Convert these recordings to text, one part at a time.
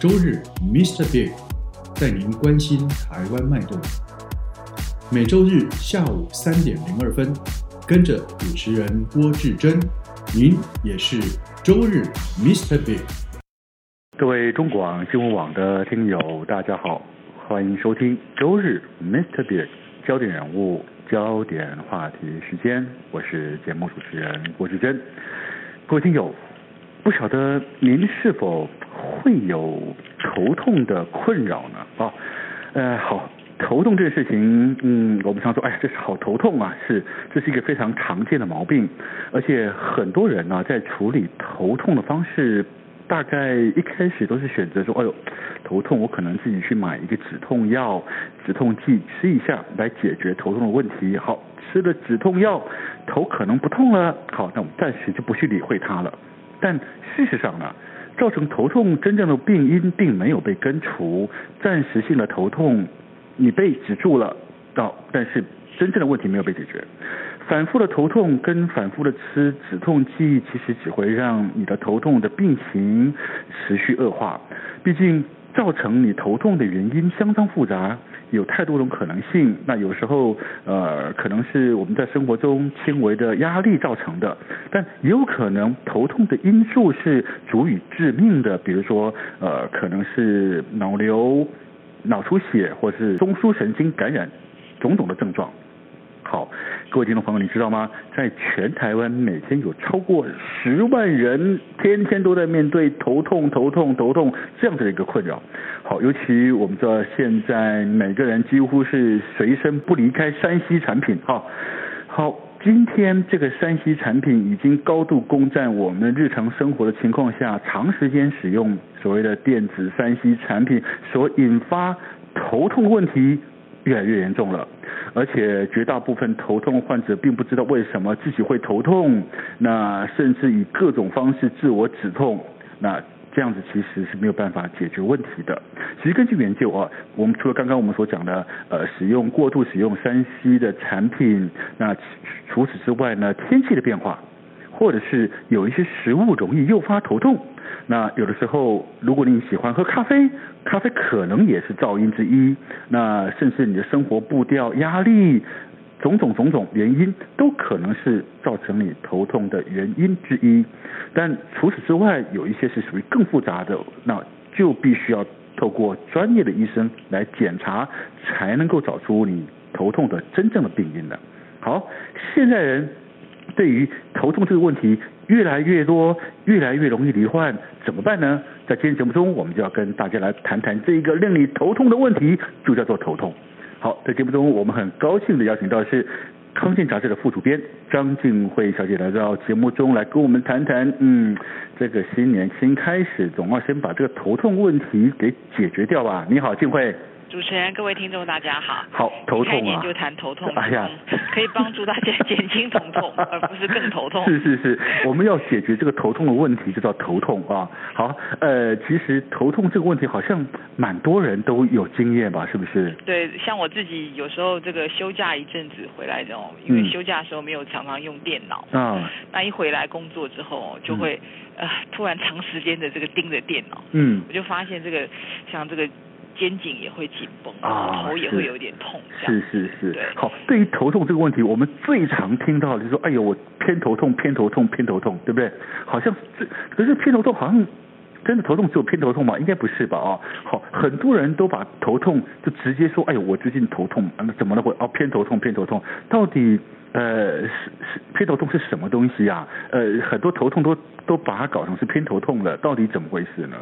周日 Mr. Big 带您关心台湾脉动。每周日下午三点零二分，跟着主持人郭志珍，您也是周日 Mr. Big。各位中广新闻网的听友，大家好，欢迎收听周日 Mr. Big 焦点人物、焦点话题时间，我是节目主持人郭志珍。各位听友，不晓得您是否会有头痛的困扰呢？啊，呃，好。头痛这个事情，嗯，我们常说，哎，这是好头痛啊，是，这是一个非常常见的毛病，而且很多人呢、啊，在处理头痛的方式，大概一开始都是选择说，哎呦，头痛，我可能自己去买一个止痛药、止痛剂吃一下，来解决头痛的问题。好，吃了止痛药，头可能不痛了，好，那我们暂时就不去理会它了。但事实上呢？造成头痛真正的病因并没有被根除，暂时性的头痛。你被止住了，到、哦，但是真正的问题没有被解决。反复的头痛跟反复的吃止痛剂，其实只会让你的头痛的病情持续恶化。毕竟造成你头痛的原因相当复杂，有太多种可能性。那有时候，呃，可能是我们在生活中轻微的压力造成的，但也有可能头痛的因素是足以致命的，比如说，呃，可能是脑瘤。脑出血或是中枢神经感染，种种的症状。好，各位听众朋友，你知道吗？在全台湾每天有超过十万人，天天都在面对头痛、头痛、头痛这样的一个困扰。好，尤其我们知道现在每个人几乎是随身不离开山西产品。哈，好。今天这个山西产品已经高度攻占我们日常生活的情况下，长时间使用所谓的电子山西产品所引发头痛问题越来越严重了，而且绝大部分头痛患者并不知道为什么自己会头痛，那甚至以各种方式自我止痛，那。这样子其实是没有办法解决问题的。其实根据研究啊，我们除了刚刚我们所讲的，呃，使用过度使用山西的产品，那除此之外呢，天气的变化，或者是有一些食物容易诱发头痛。那有的时候，如果你喜欢喝咖啡，咖啡可能也是噪音之一。那甚至你的生活步调、压力。种种种种原因都可能是造成你头痛的原因之一，但除此之外，有一些是属于更复杂的，那就必须要透过专业的医生来检查，才能够找出你头痛的真正的病因的。好，现在人对于头痛这个问题越来越多，越来越容易罹患，怎么办呢？在今天节目中，我们就要跟大家来谈谈这一个令你头痛的问题，就叫做头痛。好，在节目中，我们很高兴的邀请到是《康健》杂志的副主编张静慧小姐来到节目中来跟我们谈谈，嗯，这个新年新开始，总要先把这个头痛问题给解决掉吧。你好，静慧。主持人，各位听众，大家好。好，头痛啊！开年就谈头痛，哎呀，可以帮助大家减轻头 痛，而不是更头痛。是是是，我们要解决这个头痛的问题，就叫头痛啊。好，呃，其实头痛这个问题好像蛮多人都有经验吧，是不是？对，像我自己有时候这个休假一阵子回来之后，因为休假的时候没有常常用电脑，嗯，那一回来工作之后就会、嗯、呃突然长时间的这个盯着电脑，嗯，我就发现这个像这个。肩颈也会紧绷，啊、头也会有点痛。是是是，对。好，对于头痛这个问题，我们最常听到就是说，哎呦，我偏头痛，偏头痛，偏头痛，对不对？好像这可是偏头痛好像真的头痛只有偏头痛吗？应该不是吧？啊、哦，好，很多人都把头痛就直接说，哎呦，我最近头痛，怎么了？我哦，偏头痛，偏头痛，到底？呃，是是偏头痛是什么东西呀、啊？呃，很多头痛都都把它搞成是偏头痛了，到底怎么回事呢？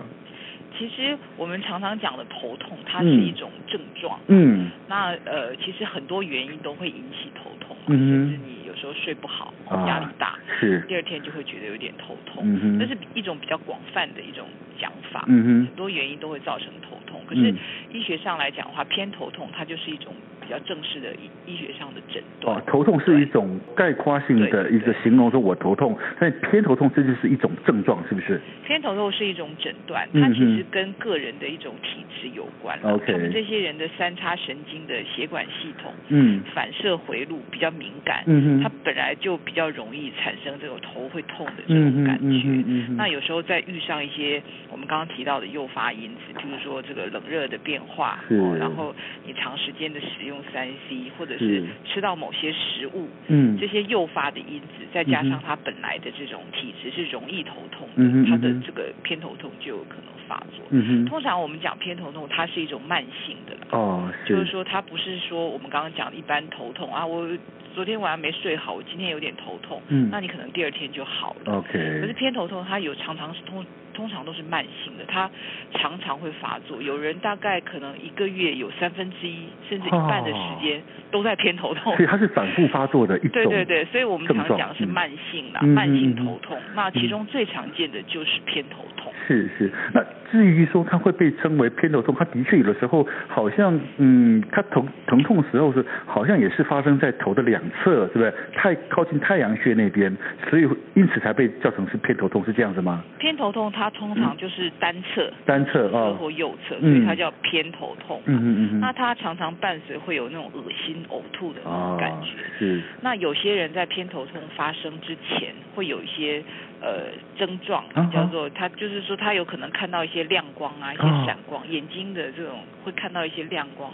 其实我们常常讲的头痛，它是一种症状。嗯。嗯那呃，其实很多原因都会引起头痛嘛，嗯、甚至你有有时候睡不好，啊压力大，是，第二天就会觉得有点头痛。嗯哼，这是一种比较广泛的一种讲法，嗯很多原因都会造成头痛。哼，可是嗯医学上来讲的话，偏头痛它就是一种比较正式的医医学上的诊断。哦，头痛是一种概括性的对一个对形容，说我头痛，但偏头痛这就是一种症状，是不是？偏头痛是一种诊断，嗯它哼其实跟个人的一种体质有关啦。 OK 他们这些人的三叉神经的血管系统嗯反射回路比较敏感，嗯它哼，本来就比较容易产生这种头会痛的这嗯种哼感嗯觉哼。嗯哼，那有时候再遇上一些我们刚刚提到的诱发因子，譬如说这个冷热的变化，是哦，然后你长时间的使用三 C，或者是是吃到某些食物，嗯这些诱发的因子，再加嗯上哼他本来的这种体质是容易头痛嗯哼嗯哼的，他的这个偏头痛就有可能发作。嗯哼，通常我们讲偏头痛，它是一种慢性的啦，哦就是是，说它不是说我们刚刚讲的一般头痛啊，我昨天晚上没睡好，我今天有点头痛，嗯哦那你可能第二天就好了。可是 OK，偏头痛它有常常是通通常都是慢性的，它常常会发作。有人大概可能一个月有三分之一甚至一半的哦时间都在偏 头痛。所以它是反复发作的一种，对对对，所以我们常讲是症状嗯慢性啦，嗯嗯慢性嗯嗯头痛。那其中最常见的就是偏头痛。是是，那至于说它会被称为偏头痛，它的确有的时候好像，嗯，它疼疼痛的时候是好像也是发生在头的两侧，是不是？太靠近太阳穴那边，所以因此才被叫成是偏头痛，是这样子吗？偏头痛它通常就是单侧、单侧左侧啊，或右侧，嗯所以它叫偏头痛。嗯嗯嗯那嗯，它常常伴随会有那种恶心、呕吐的那哦种感觉。啊是，那有些人在偏头痛发生之前会有一些呃症状啊哈，叫做他就是说他有可能看到一些亮光啊，一些啊闪光，眼睛的这种会看到一些亮光，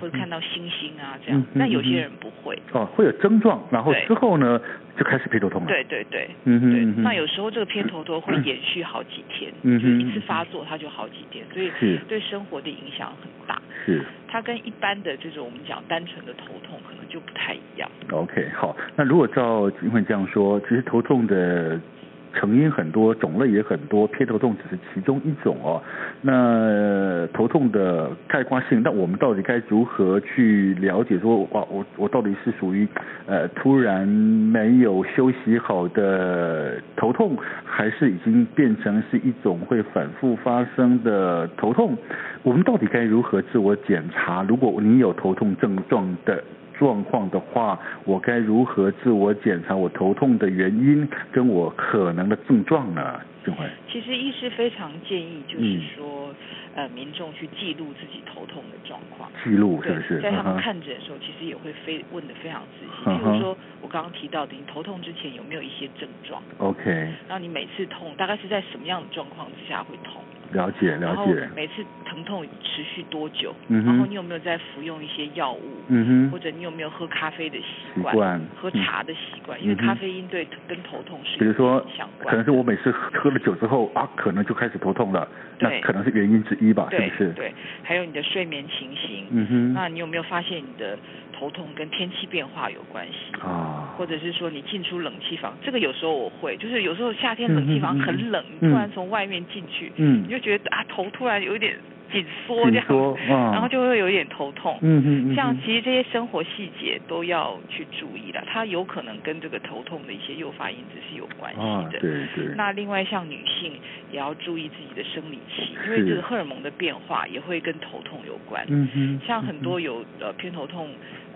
会看到星星啊这嗯样哼。但有嗯哼些人不会，哦，会有症状，然后对之后呢就开始偏头痛了。，对对对。嗯哼对嗯，哼，那有时候这个偏头痛会延续好几天，嗯就是哼一次发作它就好几天，所以是对生活的影响很大。是。它跟一般的这种我们讲单纯的头痛可能就不太一样。 OK，好，那如果照金慧这样说，其实头痛的成因很多，种类也很多，偏头痛只是其中一种哦。那呃头痛的概括性，那我们到底该如何去了解说，哇，我我到底是属于呃突然没有休息好的头痛，还是已经变成是一种会反复发生的头痛？我们到底该如何自我检查？如果你有头痛症状的状况的话，我该如何自我检查我头痛的原因跟我可能的症状呢？俊辉，其实医师非常建议，就是嗯说，呃，民众去记录自己头痛的状况。记录是对不是？，在他嗯们哼看诊的时候，其实也会非问的非常仔细。嗯譬哼如说，我刚刚提到的，你头痛之前有没有一些症状？ OK，然后你每次痛大概是在什么样的状况之下会痛？了解然了后解，每次疼痛持续多久？嗯然后哼你有没有在服用一些药物？嗯或哼，者你有没有喝咖啡的习习惯？惯喝嗯茶的习惯，因为嗯哼咖啡因对跟头痛是比如说有相可关能的。是我每次喝了酒之后啊，可能就开始头痛了，那对可能是原因之一吧，是对不是？对，还有你的睡眠情形，嗯哼，那你有没有发现你的头痛跟天气变化有关系？啊，或者是说你进出冷气房，这个有时候我会，就是有时候夏天嗯冷气嗯房嗯很冷，嗯你突然从外面进去，嗯你，就觉得啊头突然有一点紧缩这紧样，缩啊，然后就会有一点头痛。嗯哼嗯像哼其实这些生活细节都要去注意了，它有可能跟这个头痛的一些诱发因子是有关啊，系的。对对，那另外像女性也要注意自己的生理期，因是为这个荷尔蒙的变化也会跟头痛有关。嗯哼，像很多嗯有呃偏头痛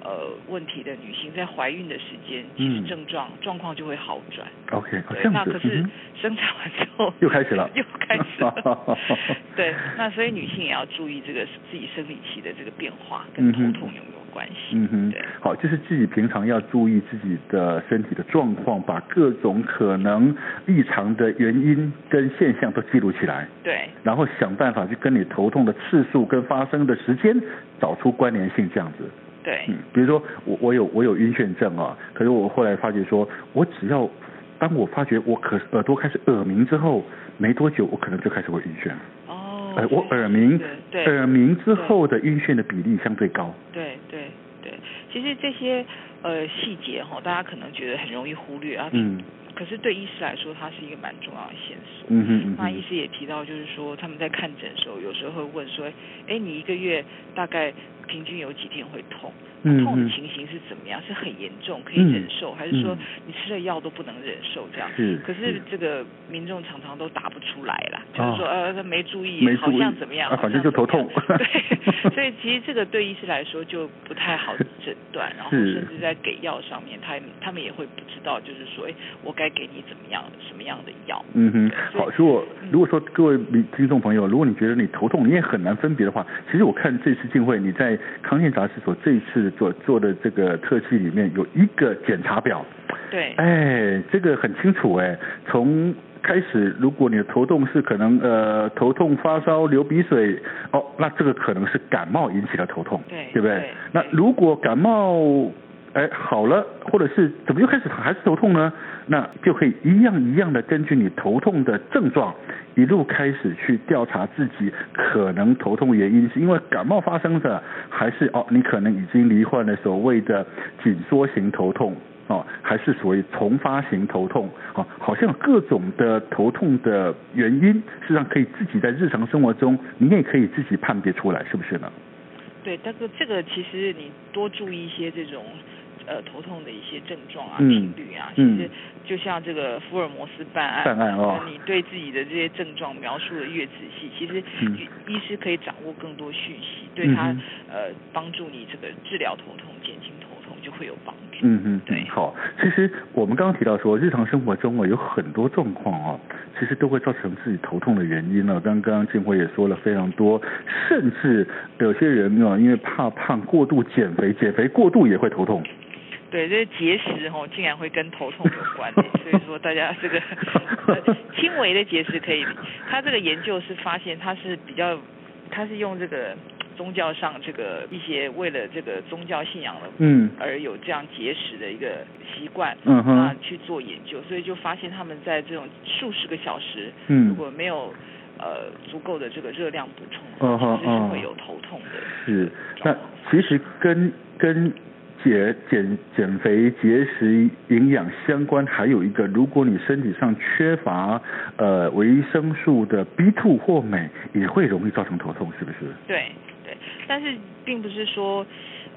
呃问题的女性，在怀孕的时间，其实嗯症状状况就会好转。哼 OK，好对，这那样子，可是嗯哼生产完之后又开始了又开始 了。对，那所以女性也要注意这个自己生理期的这个变化跟头痛有没有关系。嗯哼对，好，就是自己平常要注意自己的身体的状况，把各种可能异常的原因跟现象都记录起来，对然后想办法去跟你头痛的次数跟发生的时间找出关联性，这样子。对嗯，比如说我我有我有晕眩症啊，可是我后来发觉说，我只要当我发觉我可耳朵开始耳鸣之后，没多久我可能就开始会晕眩。哦。呃，我所以耳鸣对，对耳鸣之后的晕眩的比例相对高。对对对，其实这些呃细节哈，大家可能觉得很容易忽略啊，嗯可是对医师来说，它是一个蛮重要的线索。嗯哼嗯那医哼，啊师也提到，就是说他们在看诊的时候，有时候会问说，哎，你一个月大概平均有几天会痛？痛的情形是怎么样？是很严重可以忍受，还是说嗯嗯你吃了药都不能忍受这样？是可是这个民众常常都答不出来啦，就是说呃他没注意，啊没好注意像怎么样，啊好反正像就头怎么样痛 对，所以其实这个对医师来说就不太好诊断，然后是甚至在给药上面，他他们也会不知道，就是说，哎，我该给你怎么样什么样的药？嗯哼，所以好，如果嗯如果说各位民听众朋友，如果你觉得你头痛，你也很难分别的话，其实我看这次进会，你在康健杂志所这一次所做的这个特辑里面有一个检查表，对，哎，这个很清楚哎，从。开始，如果你的头痛是可能呃头痛、发烧、流鼻水，哦，那这个可能是感冒引起的头痛，对对不对那对如果感冒哎好了，或者是怎么又开始还是头痛呢？那就可以一样一样的根据你头痛的症状，一路开始去调查自己可能头痛原因是因为感冒发生的，还是哦你可能已经罹患了所谓的紧缩型头痛。哦，还是属于重发型头痛哦，好像有各种的头痛的原因，事实上可以自己在日常生活中，你也可以自己判别出来，是不是呢？对，但是这个其实你多注意一些这种呃头痛的一些症状啊、嗯频率啊，嗯其实就像这个福尔摩斯办案，办案哦呃你对自己的这些症状描述的越仔细，其实嗯医医师可以掌握更多讯息，对嗯他、哼呃帮助你这个治疗头痛、减轻头痛就会有帮助。嗯嗯，对好。其实我们刚刚提到说，日常生活中啊有很多状况啊，其实都会造成自己头痛的原因呢、啊刚刚静辉也说了非常多，甚至有些人啊，因为怕胖过度减肥，减肥过度也会头痛。对，这个节食哦，竟然会跟头痛有关联，所以说大家这个呃轻微的节食可以，他这个研究是发现他是比较，他是用这个宗教上这个一些为了这个宗教信仰的嗯而有这样节食的一个习惯。嗯啊哼，，去做研究，所以就发现他们在这种数十个小时，如嗯，果没有呃足够的这个热量补充，嗯哼其实是嗯会有头痛的。是。那其实跟跟减减减肥、节食、营养相关，还有一个，如果你身体上缺乏呃维生素的 B two 或镁，也会容易造成头痛，是不是？对对，但是并不是说，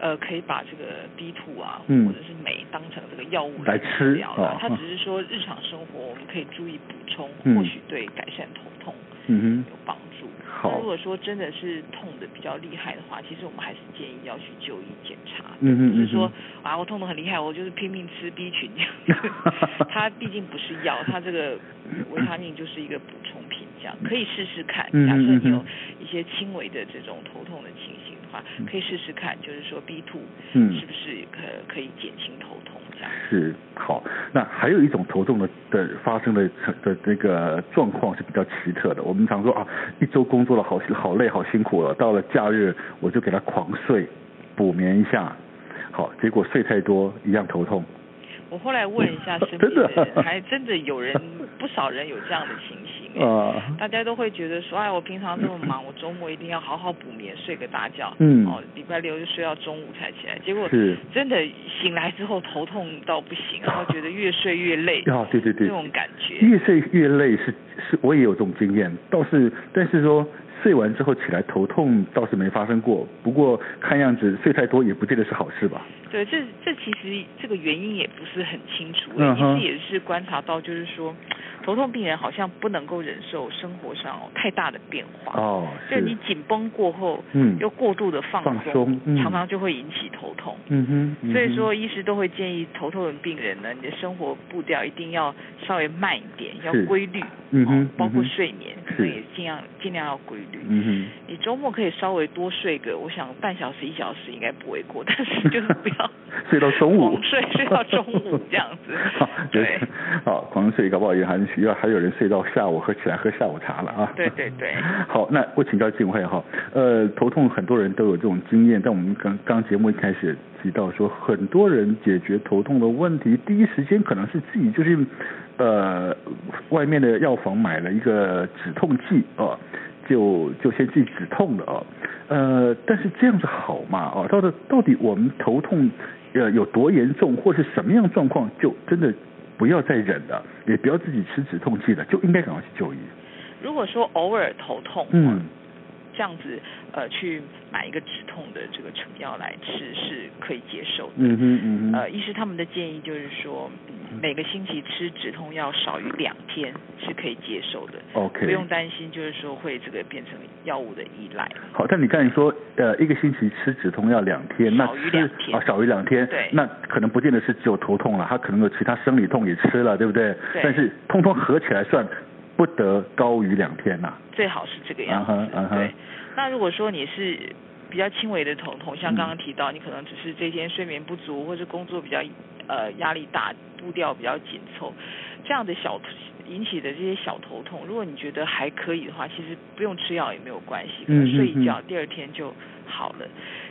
呃，可以把这个 B two 啊，嗯或者是镁当成这个药物来吃疗了。哦它嗯只是说日常生活我们可以注意补充，嗯或许对改善头痛嗯有帮助。好那如果说真的是痛的比较厉害的话，其实我们还是建议要去就医检查。嗯哼不是嗯哼说啊，我痛得很厉害，我就是拼命吃 B 群这样。它毕竟不是药，它这个维他命就是一个补充品，这样可以试试看。嗯假设嗯你有嗯一些轻微的这种头痛的情形的话，可以试试看，就是说 B two 嗯是不是可可以减轻头痛这样。哼，是好。那还有一种头痛的的发生的的这个状况是比较奇特的。我们常说啊，一周工作了好好累好辛苦了，到了假日我就给他狂睡，补眠一下。好，结果睡太多一样头痛。我后来问一下身边真的的人，还真的有人不少人有这样的情 形。哎啊大家都会觉得说，哎，我平常这么忙，我周末一定要好好补眠，睡个大觉。嗯哦，礼拜六就睡到中午才起来，结果是真的醒来之后头痛到不行，然后觉得越睡越累， 啊，对对这对，种感觉。越睡越累是是，我也有这种经验，倒是但是说睡完之后起来头痛倒是没发生过，不过看样子睡太多也不见得是好事吧。对，这这其实这个原因也不是很清楚，嗯哼医师也是观察到，就是说，头痛病人好像不能够忍受生活上、哦、太大的变化。哦，，就是你紧绷过后，嗯又过度的放放松嗯常常就会引起头痛。嗯哼，嗯哼所以说，医师都会建议头痛的病人呢，你的生活步调一定要稍微慢一点，要是规律，嗯哼哦包嗯括哼睡眠，是可能也尽量尽量要规律。嗯哼。你周末可以稍微多睡个，我想半小时一小时应该不为过，但是就是不要 睡到 中午狂，睡睡到中午这样 子好。对，好，狂睡搞不好也还要还有人睡到下午，喝起来喝下午茶了啊。对对对。 好，那我请教静慧哈，呃，头痛很多人都有这种经验，但我们刚刚节目一开始提到说，很多人解决头痛的问题，第一时间可能是自己就是呃外面的药房买了一个止痛剂啊、就就先去止痛了啊、呃，但是这样子好吗？啊、到底到底我们头痛呃有多严重，或是什么样的状况，就真的不要再忍了，也不要自己吃止痛剂了，就应该赶快去就医。如果说偶尔头痛，嗯，这样子呃去买一个止痛的这个成药来吃是可以接受的。嗯哼嗯呃，哼，医师他们的建议就是说，嗯每个星期吃止痛药少于两天是可以接受的， OK 不用担心就是说会这个变成药物的依赖。好，但你刚才说，呃，一个星期吃止痛药两天，那少于吃两天哦，少于两天，对那可能不见得是只有头痛了，他可能有其他生理痛也吃了，对不对？对但是通通合起来算，不得高于两天呐、最好是这个样子。嗯哼嗯哼对，那如果说你是比较轻微的头痛，像刚刚提到，你可能只是这天睡眠不足，或是工作比较呃压力大，步调比较紧凑，这样的小引起的这些小头痛，如果你觉得还可以的话，其实不用吃药也没有关系，嗯可嗯嗯能睡一觉，第二天就好了。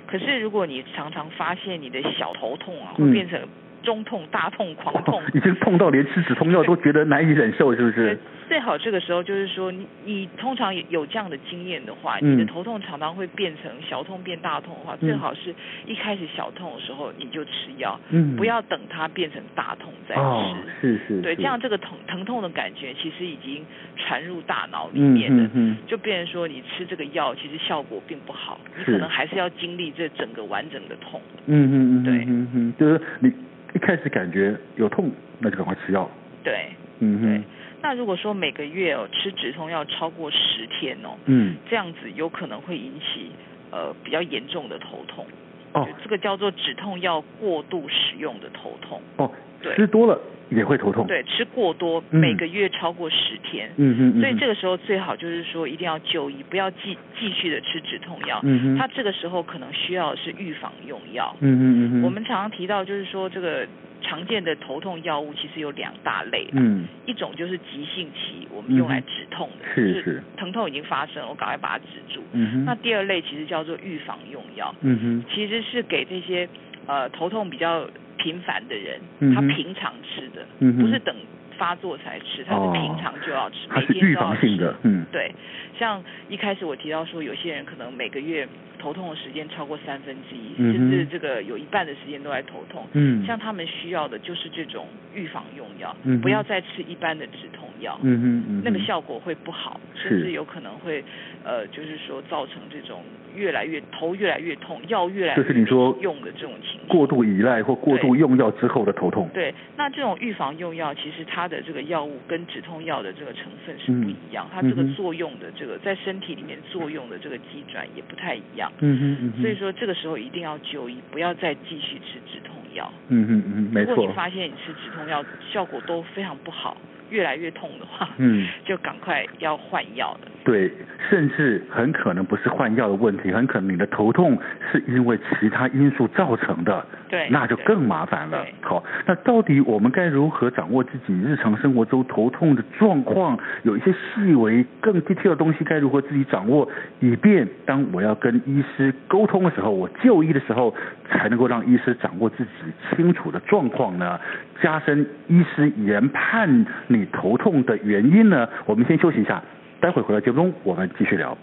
可是如果你常常发现你的小头痛啊，会嗯变成中痛、大痛、狂 痛哦，已经痛到连吃止痛药都觉得难以忍受，是不是？最好这个时候就是说，你你通常有有这样的经验的话，嗯你的头痛常常会变成小痛变大痛的话，最好是一开始小痛的时候你就吃药，嗯，不要等它变成大痛再吃。哦，是是，对，是这样这个疼疼痛的感觉其实已经传入大脑里嗯面了。嗯嗯，就变成说，你吃这个药其实效果并不好，你是可能还是要经历这整个完整的痛。嗯嗯嗯，对嗯嗯，就是你一开始感觉有痛，那就赶快吃药，对，嗯对哼，那如果说每个月哦吃止痛药超过十天哦，嗯，这样子有可能会引起呃比较严重的头痛，哦就这个叫做止痛药过度使用的头痛。哦，对吃多了也会头痛，，对，吃过多，嗯每个月超过十天。嗯哼，嗯哼所以这个时候最好就是说一定要就医，不要继继续的吃止痛药。嗯哼，它这个时候可能需要的是预防用药。嗯哼嗯哼，我们常常提到就是说这个常见的头痛药物其实有两大类啦，嗯一种就是急性期我们用来止痛的，是就是疼痛已经发生了，我赶快把它止住。嗯哼，那第二类其实叫做预防用药，嗯哼其实是给这些呃头痛比较频繁的人，嗯他哼平常吃的，嗯哼不是等发作才吃，他哦是平常就要吃，它每是天都预要防性的吃，嗯对，像一开始我提到说，有些人可能每个月头痛的时间超过三分之一，嗯哼甚至这个有一半的时间都在头痛。嗯，像他们需要的就是这种预防用药，嗯哼不要再吃一般的止痛药。嗯哼嗯哼，那个效果会不好，是甚至有可能会，呃，就是说造成这种越来越头越来越痛，药越来就越是你说用的这种情况。过度依赖或过度用药之后的头痛，对，那这种预防用药，其实它的这个药物跟止痛药的这个成分是不一样，它这个嗯哼作用的这个在身体里面作用的这个机转也不太一样，嗯哼嗯哼，所以说这个时候一定要就医，不要再继续吃止痛药。嗯哼嗯哼，没如果错你，发现你吃止痛药效果都非常不好，越来越痛的话，嗯，就赶快要换药了。对，甚至很可能不是换药的问题，很可能你的头痛是因为其他因素造成的，对，那就对更麻烦了对。好，那到底我们该如何掌握自己日常生活中头痛的状况？有一些细微、更 detail 的东西该如何自己掌握，以便当我要跟医师沟通的时候，我就医的时候，才能够让医师掌握自己清楚的状况呢？加深医师研判你头痛的原因呢？我们先休息一下，待会回到节目中我们继续聊。